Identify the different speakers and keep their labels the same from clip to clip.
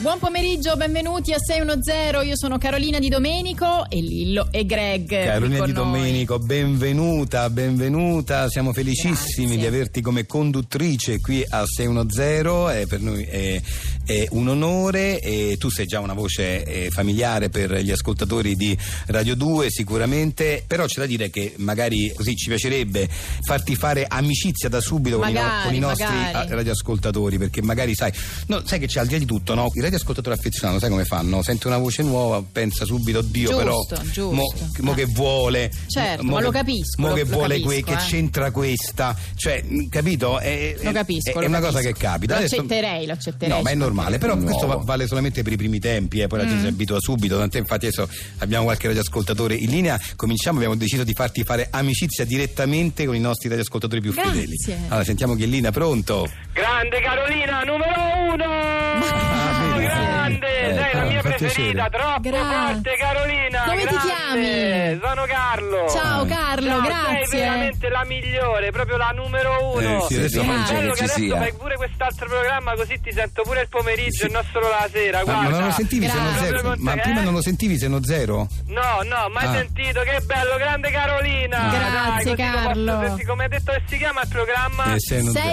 Speaker 1: Buon pomeriggio, benvenuti a 610. Io sono Carolina Di Domenico e Lillo e Greg.
Speaker 2: Carolina
Speaker 1: qui
Speaker 2: Di
Speaker 1: con noi.
Speaker 2: Cioè, Domenico, benvenuta, benvenuta. Siamo felicissimi
Speaker 1: Grazie.
Speaker 2: di averti come conduttrice qui a 610. È per noi è, è un onore. E tu sei già una voce eh, familiare per gli ascoltatori di Radio 2, sicuramente. Però c'è da dire che magari così ci piacerebbe farti fare amicizia da subito con i no-
Speaker 1: Magari,
Speaker 2: con i, nostri
Speaker 1: magari.
Speaker 2: ah, radioascoltatori. Perché magari sai, no, sai che c'è al di là di tutto, no? Il radioascoltatore affezionato, sai come fanno? Sente una voce nuova, pensa subito, oddio,
Speaker 1: Giusto,
Speaker 2: però.
Speaker 1: giusto.
Speaker 2: Mo, mo
Speaker 1: Ah.
Speaker 2: che vuole.
Speaker 1: Certo,
Speaker 2: mo
Speaker 1: ma
Speaker 2: che-
Speaker 1: lo capisco,
Speaker 2: Mo
Speaker 1: lo-
Speaker 2: che
Speaker 1: lo
Speaker 2: vuole
Speaker 1: capisco,
Speaker 2: che
Speaker 1: eh.
Speaker 2: c'entra questa. Cioè, mh, capito? È,
Speaker 1: Lo
Speaker 2: è-
Speaker 1: capisco,
Speaker 2: È,
Speaker 1: lo
Speaker 2: una cosa
Speaker 1: capisco.
Speaker 2: che capita.
Speaker 1: Lo
Speaker 2: Adesso-
Speaker 1: accetterei, lo accetterei.
Speaker 2: No, ma è normale. Però
Speaker 3: Nuovo.
Speaker 2: questo va- vale solamente per i primi tempi, eh, poi la
Speaker 1: Mm.
Speaker 2: gente si abitua subito. Tant'è infatti adesso abbiamo qualche radioascoltatore in linea. Cominciamo, abbiamo deciso di farti fare amicizia direttamente con i nostri radioascoltatori più
Speaker 1: Grazie.
Speaker 2: fedeli. Allora, sentiamo Ghellina, pronto?
Speaker 4: Eh, Grande Carolina, numero uno!
Speaker 2: Ah, vedi?
Speaker 4: grande!
Speaker 2: Eh,
Speaker 4: Sei la
Speaker 2: eh,
Speaker 4: mia
Speaker 2: fa
Speaker 4: preferita,
Speaker 2: piacere.
Speaker 4: troppo
Speaker 1: Grazie.
Speaker 4: forte Carolina!
Speaker 1: Come ti
Speaker 4: grande.
Speaker 1: chiami?
Speaker 4: Sono Carlo!
Speaker 1: Ciao
Speaker 2: Ah.
Speaker 1: Carlo,
Speaker 4: Ciao,
Speaker 1: grazie.
Speaker 4: Sei veramente la migliore, proprio la numero uno!
Speaker 2: Eh, sì, adesso
Speaker 4: È
Speaker 1: mangia
Speaker 4: bello
Speaker 3: che ci
Speaker 4: adesso
Speaker 3: sia.
Speaker 4: fai pure quest'altro programma così ti sento pure il pomeriggio e non solo la sera,
Speaker 2: Ah,
Speaker 4: guarda!
Speaker 2: ma non lo sentivi se
Speaker 1: Grazie.
Speaker 2: non zero? Ma
Speaker 4: Eh?
Speaker 2: prima non lo sentivi se non zero?
Speaker 4: No, no, mai
Speaker 2: Ah.
Speaker 4: sentito, che bello, grande Carolina!
Speaker 1: Grazie,
Speaker 4: Dai, così lo
Speaker 1: Carlo.
Speaker 4: posso sentire. come hai detto che si chiama il programma?
Speaker 2: Eh, sei non zero.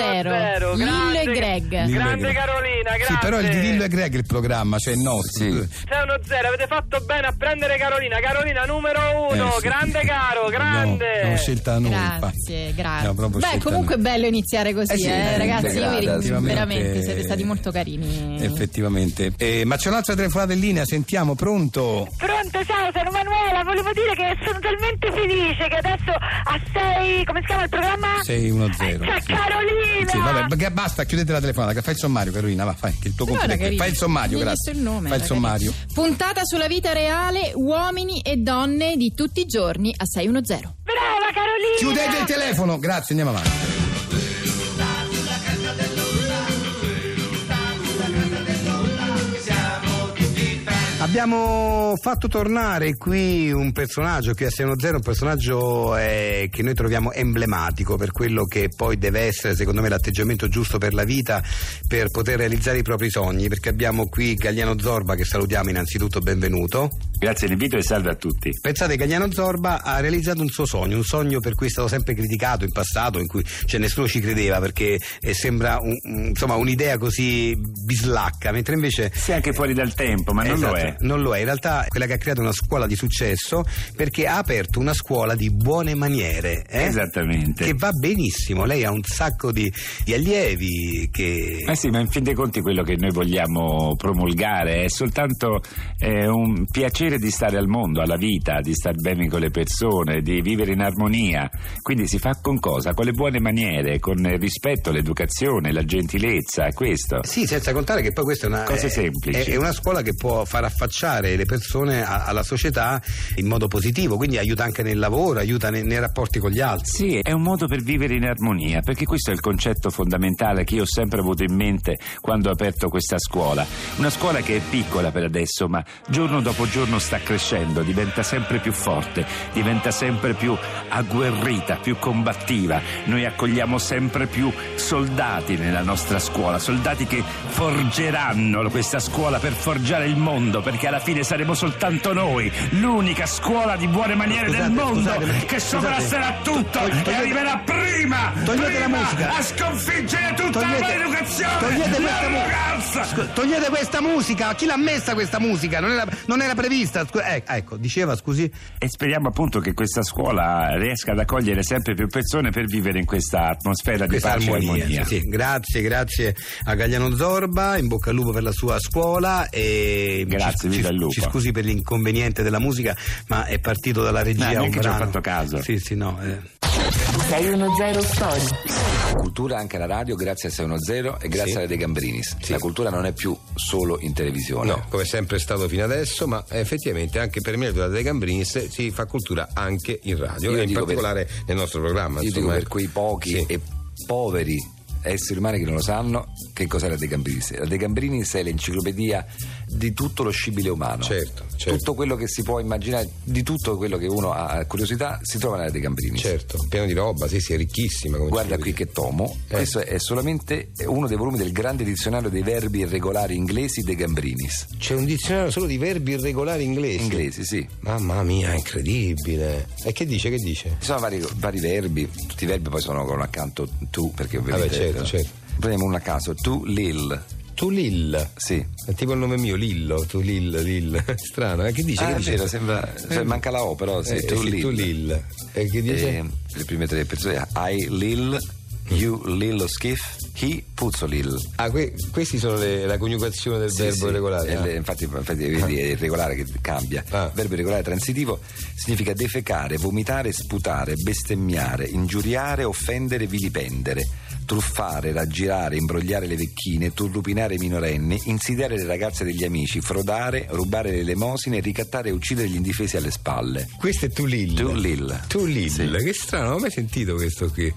Speaker 4: 610,
Speaker 1: 610 Lillo e
Speaker 4: grande.
Speaker 1: Greg.
Speaker 2: Lillo e
Speaker 4: Grande Carolina, grazie.
Speaker 2: Sì, però il di Lillo e Greg è il programma, cioè il nostro.
Speaker 3: Sì.
Speaker 4: C'è uno zero, avete fatto bene a prendere Carolina. Carolina numero uno,
Speaker 2: Eh, sì.
Speaker 4: grande caro, grande.
Speaker 2: No, no, scelta noi.
Speaker 1: Grazie,
Speaker 2: infatti.
Speaker 1: grazie.
Speaker 2: No, proprio
Speaker 1: Beh,
Speaker 2: scelta
Speaker 1: comunque è
Speaker 2: noi.
Speaker 1: bello iniziare così,
Speaker 3: Eh sì,
Speaker 1: eh,
Speaker 3: eh,
Speaker 1: ragazzi. Io vi
Speaker 3: integrata,
Speaker 1: ringrazio
Speaker 2: Effettivamente-
Speaker 1: veramente, siete stati molto carini.
Speaker 2: Effettivamente. Eh, ma c'è un'altra telefonata in linea, sentiamo, pronto?
Speaker 5: Pronto, ciao, sono Manuela, volevo dire che sono talmente felice che adesso a 6, come si chiama il programma?
Speaker 2: 610.
Speaker 4: Eh,
Speaker 5: C'è
Speaker 2: sì.
Speaker 5: Carolina!
Speaker 2: Sì, vabbè, perché basta, chiudete la telefonata, che fai il sommario Carolina, va, fai che il tuo
Speaker 1: Però era
Speaker 2: compito.
Speaker 1: carino.
Speaker 2: Fai il sommario,
Speaker 1: Mi hai
Speaker 2: grazie.
Speaker 1: messo il nome,
Speaker 2: fai il
Speaker 1: era carino.
Speaker 2: sommario.
Speaker 1: Puntata sulla vita reale, uomini e donne di tutti i giorni a 610.
Speaker 5: Brava Carolina!
Speaker 2: Chiudete il telefono, grazie, andiamo avanti.
Speaker 6: Abbiamo fatto tornare qui un personaggio, qui a 610, un personaggio eh, che noi troviamo emblematico per quello che poi deve essere, secondo me, l'atteggiamento giusto per la vita, per poter realizzare i propri sogni, perché abbiamo qui Gagliano Zorba che salutiamo innanzitutto, benvenuto.
Speaker 7: Grazie dell'invito e salve a tutti.
Speaker 6: Pensate che Gagliano Zorba ha realizzato un suo sogno, un sogno per cui è stato sempre criticato in passato, in cui cioè, nessuno ci credeva perché eh, sembra un- un- insomma, un'idea così bislacca, mentre invece
Speaker 7: Sì, anche fuori dal tempo, ma non lo
Speaker 6: Esatto,
Speaker 7: è.
Speaker 6: Non lo è, in realtà è quella che ha creato una scuola di successo perché ha aperto una scuola di buone maniere. eh?
Speaker 7: Esattamente.
Speaker 6: Che va benissimo, lei ha un sacco di, di allievi che...
Speaker 7: Ma Eh sì, ma in fin dei conti quello che noi vogliamo promulgare è soltanto eh, un piacere di stare al mondo, alla vita, di star bene con le persone, di vivere in armonia. Quindi si fa con cosa? Con le buone maniere, con il rispetto, l'educazione, la gentilezza, questo.
Speaker 6: Sì, senza contare che poi questa è una,
Speaker 7: Cose
Speaker 6: è-
Speaker 7: semplici.
Speaker 6: è- è una scuola che può far affacciare le persone a- alla società in modo positivo, quindi aiuta anche nel lavoro, aiuta ne- nei rapporti con gli altri.
Speaker 7: Sì, è un modo per vivere in armonia, perché questo è il concetto fondamentale che io ho sempre avuto in mente quando ho aperto questa scuola. Una scuola che è piccola per adesso, ma giorno dopo giorno sta crescendo, diventa sempre più forte, diventa sempre più agguerrita, più combattiva. Noi accogliamo sempre più soldati nella nostra scuola, soldati che forgeranno questa scuola per forgiare il mondo, perché alla fine saremo soltanto noi, l'unica scuola di buone maniere del
Speaker 6: Scusate,
Speaker 7: mondo
Speaker 6: scusate, ma-
Speaker 7: che
Speaker 6: scusate.
Speaker 7: sovrasterà a tutto
Speaker 6: Tog-
Speaker 7: e
Speaker 6: togliete-
Speaker 7: arriverà prima,
Speaker 6: togliete
Speaker 7: prima
Speaker 6: la musica.
Speaker 7: a sconfiggere tutta
Speaker 6: Togliete-
Speaker 7: l'educazione,
Speaker 6: togliete questa mu-
Speaker 7: l'arroganza.
Speaker 6: Scu- togliete questa musica! Chi l'ha messa questa musica? Non era, non era prevista. scu- eh, ecco, diceva, scusi.
Speaker 7: E speriamo appunto che questa scuola riesca ad accogliere sempre più persone per vivere in questa atmosfera di
Speaker 6: Questa
Speaker 7: pace e
Speaker 6: armonia,
Speaker 7: armonia.
Speaker 6: sì, sì. Grazie, grazie a Gagliano Zorba, in bocca al lupo per la sua scuola e
Speaker 7: Grazie
Speaker 6: ci,
Speaker 7: mille
Speaker 6: ci-
Speaker 7: al lupo.
Speaker 6: ci scusi per l'inconveniente della musica, ma è partito dalla regia
Speaker 7: No, neanche
Speaker 6: un
Speaker 7: ci ho
Speaker 6: brano.
Speaker 7: fatto caso.
Speaker 6: Sì, sì, no. eh.
Speaker 8: 610 Story.
Speaker 3: Cultura anche alla radio, grazie a 610 e grazie
Speaker 6: Sì.
Speaker 3: a De Gambrinis. La cultura non è più solo in televisione.
Speaker 9: No, come sempre è stato fino adesso, ma effettivamente anche per me la cultura dei Gambrins si fa cultura anche in radio,
Speaker 3: Io
Speaker 9: e in
Speaker 3: dico per-
Speaker 9: particolare nel nostro programma.
Speaker 3: Io dico
Speaker 9: insomma.
Speaker 3: per quei pochi
Speaker 9: Sì.
Speaker 3: e poveri esseri umani che non lo sanno che cos'è la De Gambrinis. La De Gambrinis è l'enciclopedia di tutto lo scibile umano.
Speaker 6: Certo, certo.
Speaker 3: Tutto quello che si può immaginare, di tutto quello che uno ha curiosità, si trova nella De Gambrini.
Speaker 6: Certo, pieno di roba, sì, sì, è ricchissima. Come
Speaker 3: Guarda
Speaker 6: dicevi.
Speaker 3: qui che tomo,
Speaker 6: Eh.
Speaker 3: questo è solamente uno dei volumi del grande dizionario dei verbi irregolari inglesi De Gambrinis.
Speaker 6: C'è un dizionario solo di verbi irregolari inglesi.
Speaker 3: Inglesi, sì.
Speaker 6: Mamma mia, è incredibile. E che dice? Che dice?
Speaker 3: Ci sono vari, vari verbi, tutti i verbi poi sono con accanto tu, perché ovviamente... eh,
Speaker 6: certo, certo.
Speaker 3: Prendiamo uno a caso, tu, Lil,
Speaker 6: Tu Lil.
Speaker 3: sì.
Speaker 6: È tipo il nome mio, Lillo. Tu Lil, Lil. Strano, eh? Che dice?
Speaker 3: Ah,
Speaker 6: che
Speaker 3: è
Speaker 6: dice?
Speaker 3: vero, sembra, cioè, manca la O però, sì,
Speaker 6: Eh,
Speaker 3: tu,
Speaker 6: sì,
Speaker 3: Lil.
Speaker 6: tu Lil. E che dice? Mm.
Speaker 3: Eh, le prime tre persone, I, Lil, you, Lillo Schif, he, Puzzo Lil.
Speaker 6: Ah, que- questi sono le- la coniugazione del
Speaker 3: Sì,
Speaker 6: verbo
Speaker 3: sì.
Speaker 6: irregolare.
Speaker 3: È
Speaker 6: ah.
Speaker 3: le- infatti, infatti, vedi, è irregolare che cambia.
Speaker 6: Ah.
Speaker 3: Verbo irregolare transitivo significa defecare, vomitare, sputare, bestemmiare, ingiuriare, offendere, vilipendere, truffare, raggirare, imbrogliare le vecchine, turlupinare i minorenni, insidiare le ragazze degli amici, frodare, rubare le elemosine, ricattare e uccidere gli indifesi alle spalle.
Speaker 6: Questo è Tu Lil.
Speaker 3: Tu Lil.
Speaker 6: Tu Lil.
Speaker 3: Sì.
Speaker 6: Che strano, non ho mai sentito questo qui.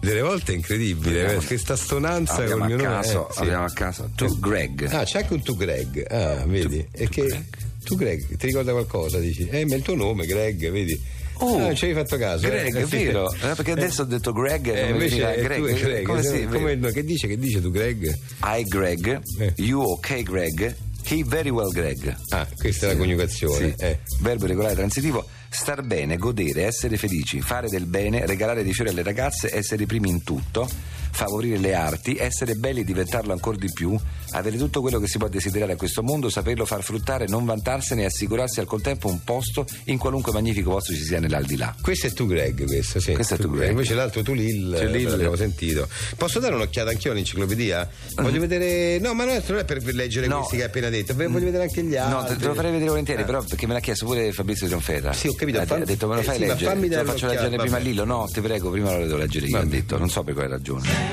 Speaker 6: Delle volte è incredibile,
Speaker 3: Abbiamo-
Speaker 6: eh, questa stonanza
Speaker 3: abbiamo
Speaker 6: col mio
Speaker 3: a
Speaker 6: nome.
Speaker 3: caso,
Speaker 6: eh, sì.
Speaker 3: abbiamo a caso tu Greg.
Speaker 6: Ah, c'è anche un tu Greg. Ah, vedi.
Speaker 3: Tu-
Speaker 6: è
Speaker 3: tu
Speaker 6: che
Speaker 3: Greg.
Speaker 6: tu Greg ti ricorda qualcosa? Dici, eh, ma il tuo nome, Greg, vedi.
Speaker 3: Oh,
Speaker 6: Ah, non ci avevi fatto caso.
Speaker 3: Greg,
Speaker 6: eh?
Speaker 3: è
Speaker 6: Sì.
Speaker 3: vero, eh, perché adesso ho detto Greg,
Speaker 6: Eh,
Speaker 3: come
Speaker 6: invece
Speaker 3: veniva
Speaker 6: è
Speaker 3: Greg,
Speaker 6: tu e Greg.
Speaker 3: come
Speaker 6: Sì,
Speaker 3: si-
Speaker 6: come- no, che dice? Che dice tu Greg?
Speaker 3: I Greg,
Speaker 6: Eh.
Speaker 3: you okay Greg, he very well Greg.
Speaker 6: Ah, questa è la coniugazione.
Speaker 3: Sì.
Speaker 6: eh.
Speaker 3: Verbo regolare transitivo, star bene, godere, essere felici, fare del bene, regalare dei fiori alle ragazze, essere i primi in tutto, favorire le arti, essere belli e diventarlo ancora di più, avere tutto quello che si può desiderare a questo mondo, saperlo far fruttare, non vantarsene e assicurarsi al contempo un posto in qualunque magnifico posto ci sia nell'aldilà.
Speaker 6: Questo è tu Greg, questo, sì.
Speaker 3: Questo è Tu Greg.
Speaker 6: Invece l'altro tu Lil,
Speaker 3: Tu Lil.
Speaker 6: eh, l'abbiamo sentito. Posso dare un'occhiata anch'io all'enciclopedia? Voglio vedere. No, ma non è non è per leggere
Speaker 3: Ah. No. Mm.
Speaker 6: questi che hai appena detto, voglio vedere anche gli
Speaker 3: No,
Speaker 6: altri. Ah,
Speaker 3: te, te lo farei vedere volentieri, però perché me l'ha chiesto pure Fabrizio Gianfera.
Speaker 6: Sì, ho capito,
Speaker 3: Ha, de-
Speaker 6: fammi-
Speaker 3: ha detto me lo
Speaker 6: eh,
Speaker 3: fai
Speaker 6: sì, ma
Speaker 3: leggere.
Speaker 6: fammi
Speaker 3: te
Speaker 6: dare
Speaker 3: lo faccio
Speaker 6: un'occhiata,
Speaker 3: leggere prima
Speaker 6: vabbè.
Speaker 3: Lillo. No, ti prego, prima lo devo leggere io. Ha detto, non so per quale ragione.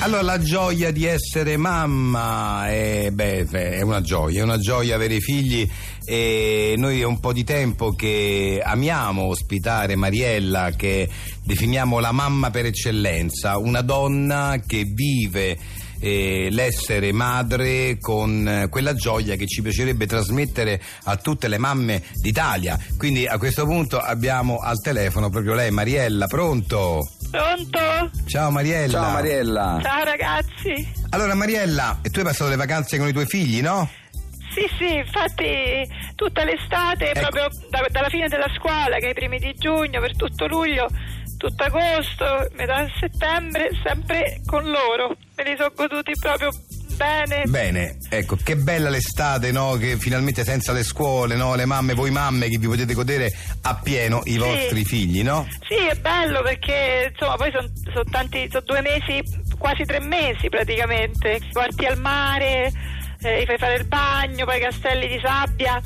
Speaker 2: Allora, la gioia di essere mamma eh, beh, beh, è una gioia, è una gioia avere figli. E noi è un po' di tempo che amiamo ospitare Mariella, che definiamo la mamma per eccellenza, una donna che vive eh, l'essere madre con eh, quella gioia che ci piacerebbe trasmettere a tutte le mamme d'Italia. Quindi a questo punto abbiamo al telefono proprio lei, Mariella, pronto?
Speaker 5: Pronto?
Speaker 2: Ciao Mariella.
Speaker 3: Ciao
Speaker 2: Ah.
Speaker 3: Mariella.
Speaker 5: Ciao ragazzi.
Speaker 2: Allora Mariella, tu hai passato le vacanze con i tuoi figli, no?
Speaker 5: Sì, sì, infatti tutta l'estate,
Speaker 2: Ecco.
Speaker 5: proprio da- dalla fine della scuola, che è i primi di giugno, per tutto luglio, tutto agosto, metà settembre, sempre con loro. Me li sono goduti proprio bene.
Speaker 2: Bene, ecco, che bella l'estate, no? Che finalmente senza le scuole, no? Le mamme, voi mamme che vi potete godere appieno i vostri figli, no?
Speaker 5: Sì, è bello perché insomma poi sono tanti, sono due mesi, quasi tre mesi praticamente. Porti al mare, eh, li fai fare il bagno, poi i castelli di sabbia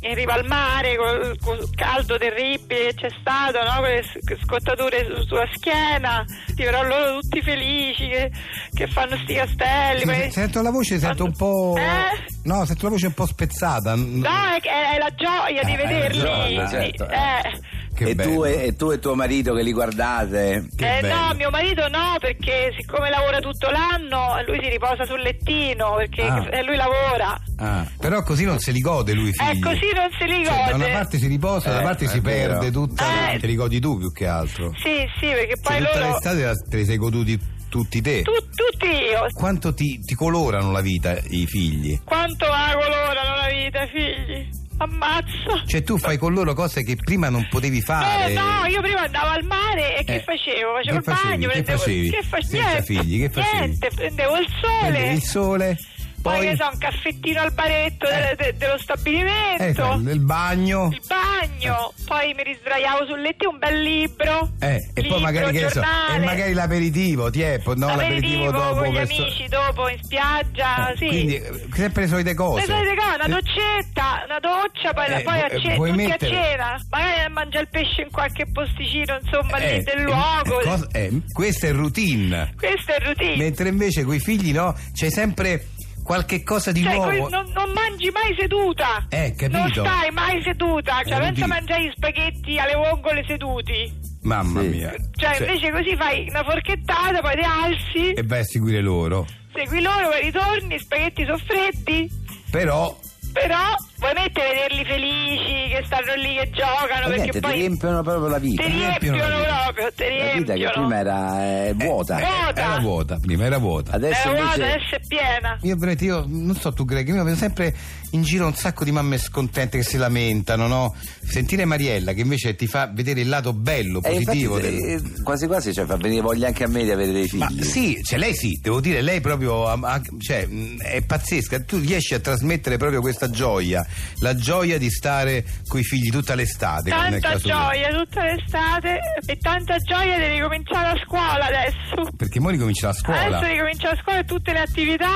Speaker 5: in riva al mare col, col caldo terribile che c'è stato, no? Con le s- scottature su- sulla schiena, ti però loro tutti felici che, che fanno sti castelli. poi-
Speaker 2: Sì, certo. sento la voce, sento un po'...
Speaker 5: Eh?
Speaker 2: No, sento la voce un po' spezzata.
Speaker 5: No, è, è- è la gioia di
Speaker 2: Ah, è la
Speaker 5: vederli.
Speaker 3: gioia,
Speaker 5: Sì,
Speaker 3: certo, eh.
Speaker 5: eh.
Speaker 2: Che
Speaker 10: e,
Speaker 2: bello.
Speaker 10: tu e, e tu e tuo marito che li guardate.
Speaker 2: Che
Speaker 5: eh, no,
Speaker 2: bello.
Speaker 5: mio marito no, perché siccome lavora tutto l'anno, lui si riposa sul lettino perché
Speaker 2: Ah.
Speaker 5: eh, lui lavora.
Speaker 2: Ah, però così non se li gode lui i figli.
Speaker 5: Eh, così non se li
Speaker 2: Cioè, da
Speaker 5: gode.
Speaker 2: una parte si riposa, da una
Speaker 10: Eh,
Speaker 2: parte
Speaker 10: è
Speaker 2: si
Speaker 10: vero.
Speaker 2: perde tutta...
Speaker 5: Eh.
Speaker 2: Te li godi tu più che altro.
Speaker 5: Sì, sì, perché
Speaker 2: Cioè,
Speaker 5: poi
Speaker 2: tutta
Speaker 5: loro.
Speaker 2: l'estate la- te li sei goduti tutti te.
Speaker 5: Tu- tutti io.
Speaker 2: Quanto ti- ti colorano la vita i figli?
Speaker 5: Quanto la colorano la vita, figli. Ammazza.
Speaker 2: Cioè tu fai con loro cose che prima non potevi fare.
Speaker 5: Eh, no, io prima andavo al mare e che
Speaker 2: Ah, Eh,
Speaker 5: facevo? Facevo
Speaker 2: che
Speaker 5: il
Speaker 2: facevi?
Speaker 5: bagno,
Speaker 2: Che
Speaker 5: prendevo
Speaker 2: facevi?
Speaker 5: Che fa-
Speaker 2: Senza
Speaker 5: niente,
Speaker 2: figli, che facevi?
Speaker 5: Niente, prendevo il sole.
Speaker 2: Prendi Il sole,
Speaker 5: poi, esatto.
Speaker 2: poi
Speaker 5: che so, un caffettino al baretto de- de- dello stabilimento.
Speaker 2: eh, fai il bagno.
Speaker 5: il bagno, poi mi risdraiavo sul letto un bel libro.
Speaker 2: Eh, e
Speaker 5: libro,
Speaker 2: poi magari che ne so,
Speaker 5: giornale,
Speaker 2: e magari l'aperitivo, ti è, po- no, l'aperitivo,
Speaker 5: aperitivo
Speaker 2: dopo
Speaker 5: con gli
Speaker 2: verso-
Speaker 5: amici dopo in spiaggia,
Speaker 2: Eh,
Speaker 5: sì.
Speaker 2: Quindi eh, sempre le solite cose.
Speaker 5: Poi sai che cosa? una doccetta, una doccia, poi, la-
Speaker 2: Eh,
Speaker 5: poi a
Speaker 2: vu-
Speaker 5: ce-
Speaker 2: vuoi
Speaker 5: tutti
Speaker 2: mettere-
Speaker 5: a cena, magari mangia il pesce in qualche posticino, insomma,
Speaker 2: Eh,
Speaker 5: lì del
Speaker 2: eh,
Speaker 5: luogo.
Speaker 2: eh, cosa- eh, questa è routine.
Speaker 5: Questo è routine.
Speaker 2: Mentre invece coi figli no, c'è sempre qualche cosa di
Speaker 5: Cioè,
Speaker 2: nuovo.
Speaker 5: que- non, non mangi mai seduta.
Speaker 2: Eh, capito.
Speaker 5: Non stai mai seduta. Cioè,
Speaker 2: Eh,
Speaker 5: pensa
Speaker 2: routine.
Speaker 5: a mangiare gli spaghetti alle vongole seduti.
Speaker 2: Mamma
Speaker 10: Sì.
Speaker 2: mia.
Speaker 5: Cioè,
Speaker 2: Cioè,
Speaker 5: invece così fai una forchettata, poi ti alzi.
Speaker 2: e vai a seguire loro.
Speaker 5: segui loro, poi ritorni, spaghetti sono freddi,
Speaker 2: Però
Speaker 5: però vuoi mettere vederli felici che stanno lì che giocano
Speaker 6: Eh,
Speaker 5: perché
Speaker 6: niente, ti
Speaker 5: poi
Speaker 6: riempiono proprio la vita.
Speaker 5: ti
Speaker 2: riempiono la
Speaker 5: riempiono
Speaker 2: vita.
Speaker 5: proprio, ti
Speaker 6: La vita che
Speaker 5: riempiono.
Speaker 6: prima era eh, vuota.
Speaker 5: Vuota.
Speaker 2: era vuota, prima era vuota.
Speaker 6: Adesso
Speaker 5: Era vuota,
Speaker 6: invece
Speaker 5: adesso è piena.
Speaker 2: Io veramente, io non so tu Greg, io vedo sempre in giro un sacco di mamme scontente che si lamentano, no? Sentire Mariella che invece ti fa vedere il lato bello,
Speaker 6: eh, infatti,
Speaker 2: positivo del...
Speaker 6: eh, quasi quasi cioè, fa venire voglia anche a me di avere dei figli.
Speaker 2: Ma sì, cioè lei sì, devo dire, lei proprio am- am- cioè, mh, è pazzesca, tu riesci a trasmettere proprio questa gioia, la gioia di stare coi figli tutta l'estate. come nel
Speaker 5: Tanta
Speaker 2: caso tuo.
Speaker 5: gioia tutta l'estate e tanta gioia di ricominciare la scuola adesso.
Speaker 2: Perché mo ricomincia la scuola.
Speaker 5: Adesso ricomincia la scuola e tutte le attività.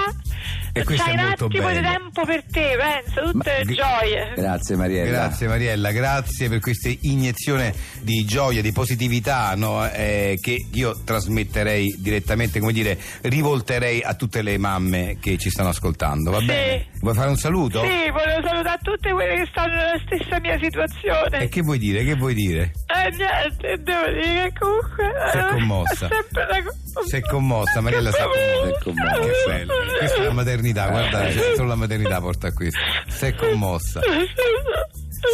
Speaker 2: E questo
Speaker 5: C'hai
Speaker 2: è
Speaker 5: un
Speaker 2: molto
Speaker 5: attimo di
Speaker 2: bello.
Speaker 5: tempo per te, pensa, tutte
Speaker 2: Ma-
Speaker 5: le gioie.
Speaker 6: Grazie Mariella.
Speaker 2: Grazie Mariella, grazie per questa iniezione di gioia, di positività no? Eh, che io trasmetterei direttamente, come dire, rivolterei a tutte le mamme che ci stanno ascoltando, va
Speaker 5: Sì.
Speaker 2: bene? Vuoi fare un saluto?
Speaker 5: Sì, volevo salutare tutte quelle che stanno nella stessa mia situazione.
Speaker 2: E che vuoi dire? Che vuoi dire?
Speaker 5: Eh, niente, devo dire che comunque.
Speaker 2: Sei
Speaker 5: eh,
Speaker 2: commossa.
Speaker 5: è sempre la co-
Speaker 2: Sei commossa, Mariella sta
Speaker 6: commossa. Sei commossa.
Speaker 2: Che bello. Questa è la maternità, guarda, cioè, solo la maternità porta a questo. Sei commossa.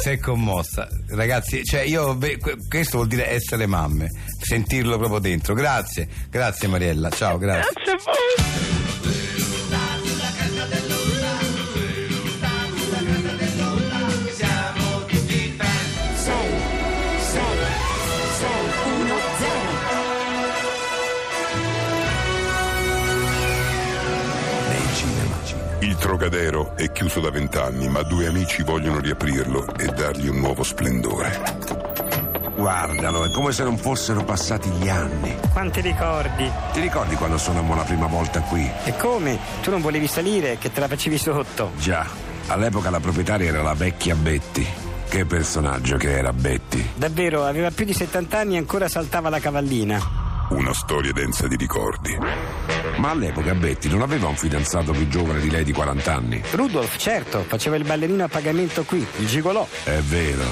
Speaker 2: Sei commossa, ragazzi, cioè io beh, que- questo vuol dire essere mamme, sentirlo proprio dentro. Grazie, grazie Mariella, ciao, grazie.
Speaker 5: Grazie a voi.
Speaker 11: Il Trocadero è chiuso da vent'anni, ma due amici vogliono riaprirlo e dargli un nuovo splendore.
Speaker 7: Guardalo, è come se non fossero passati gli anni.
Speaker 12: Quanti ricordi?
Speaker 7: Ti ricordi quando suonammo la prima volta qui?
Speaker 6: Eh,
Speaker 12: E come? Tu non volevi salire, che te la facevi sotto.
Speaker 7: Già, all'epoca la proprietaria era la vecchia Betty. Che personaggio che era Betty.
Speaker 12: Davvero, aveva più di 70 anni e ancora saltava la cavallina.
Speaker 11: Una storia densa di ricordi.
Speaker 7: Ma all'epoca Betty non aveva un fidanzato più giovane di lei di 40 anni.
Speaker 12: Rudolf, certo, faceva il ballerino a pagamento qui, il gigolò.
Speaker 7: È vero.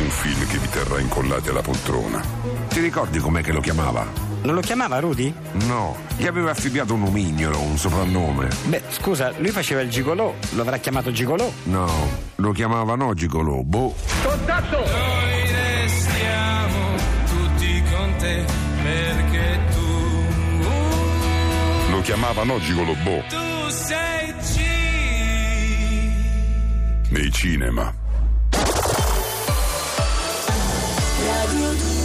Speaker 11: Un film che vi terrà incollati alla poltrona.
Speaker 7: Ti ricordi com'è che lo chiamava?
Speaker 12: Non lo chiamava Rudy?
Speaker 7: No, gli aveva affibbiato un nomignolo, un soprannome.
Speaker 12: Beh, scusa, lui faceva il gigolò, lo avrà chiamato gigolò.
Speaker 7: No, lo chiamavano Gigolo, boh.
Speaker 13: Noi restiamo tutti con te perché tu,
Speaker 11: Lo chiamavano Gigolobò
Speaker 13: tu sei G.
Speaker 11: nei cinema.
Speaker 14: Radio 2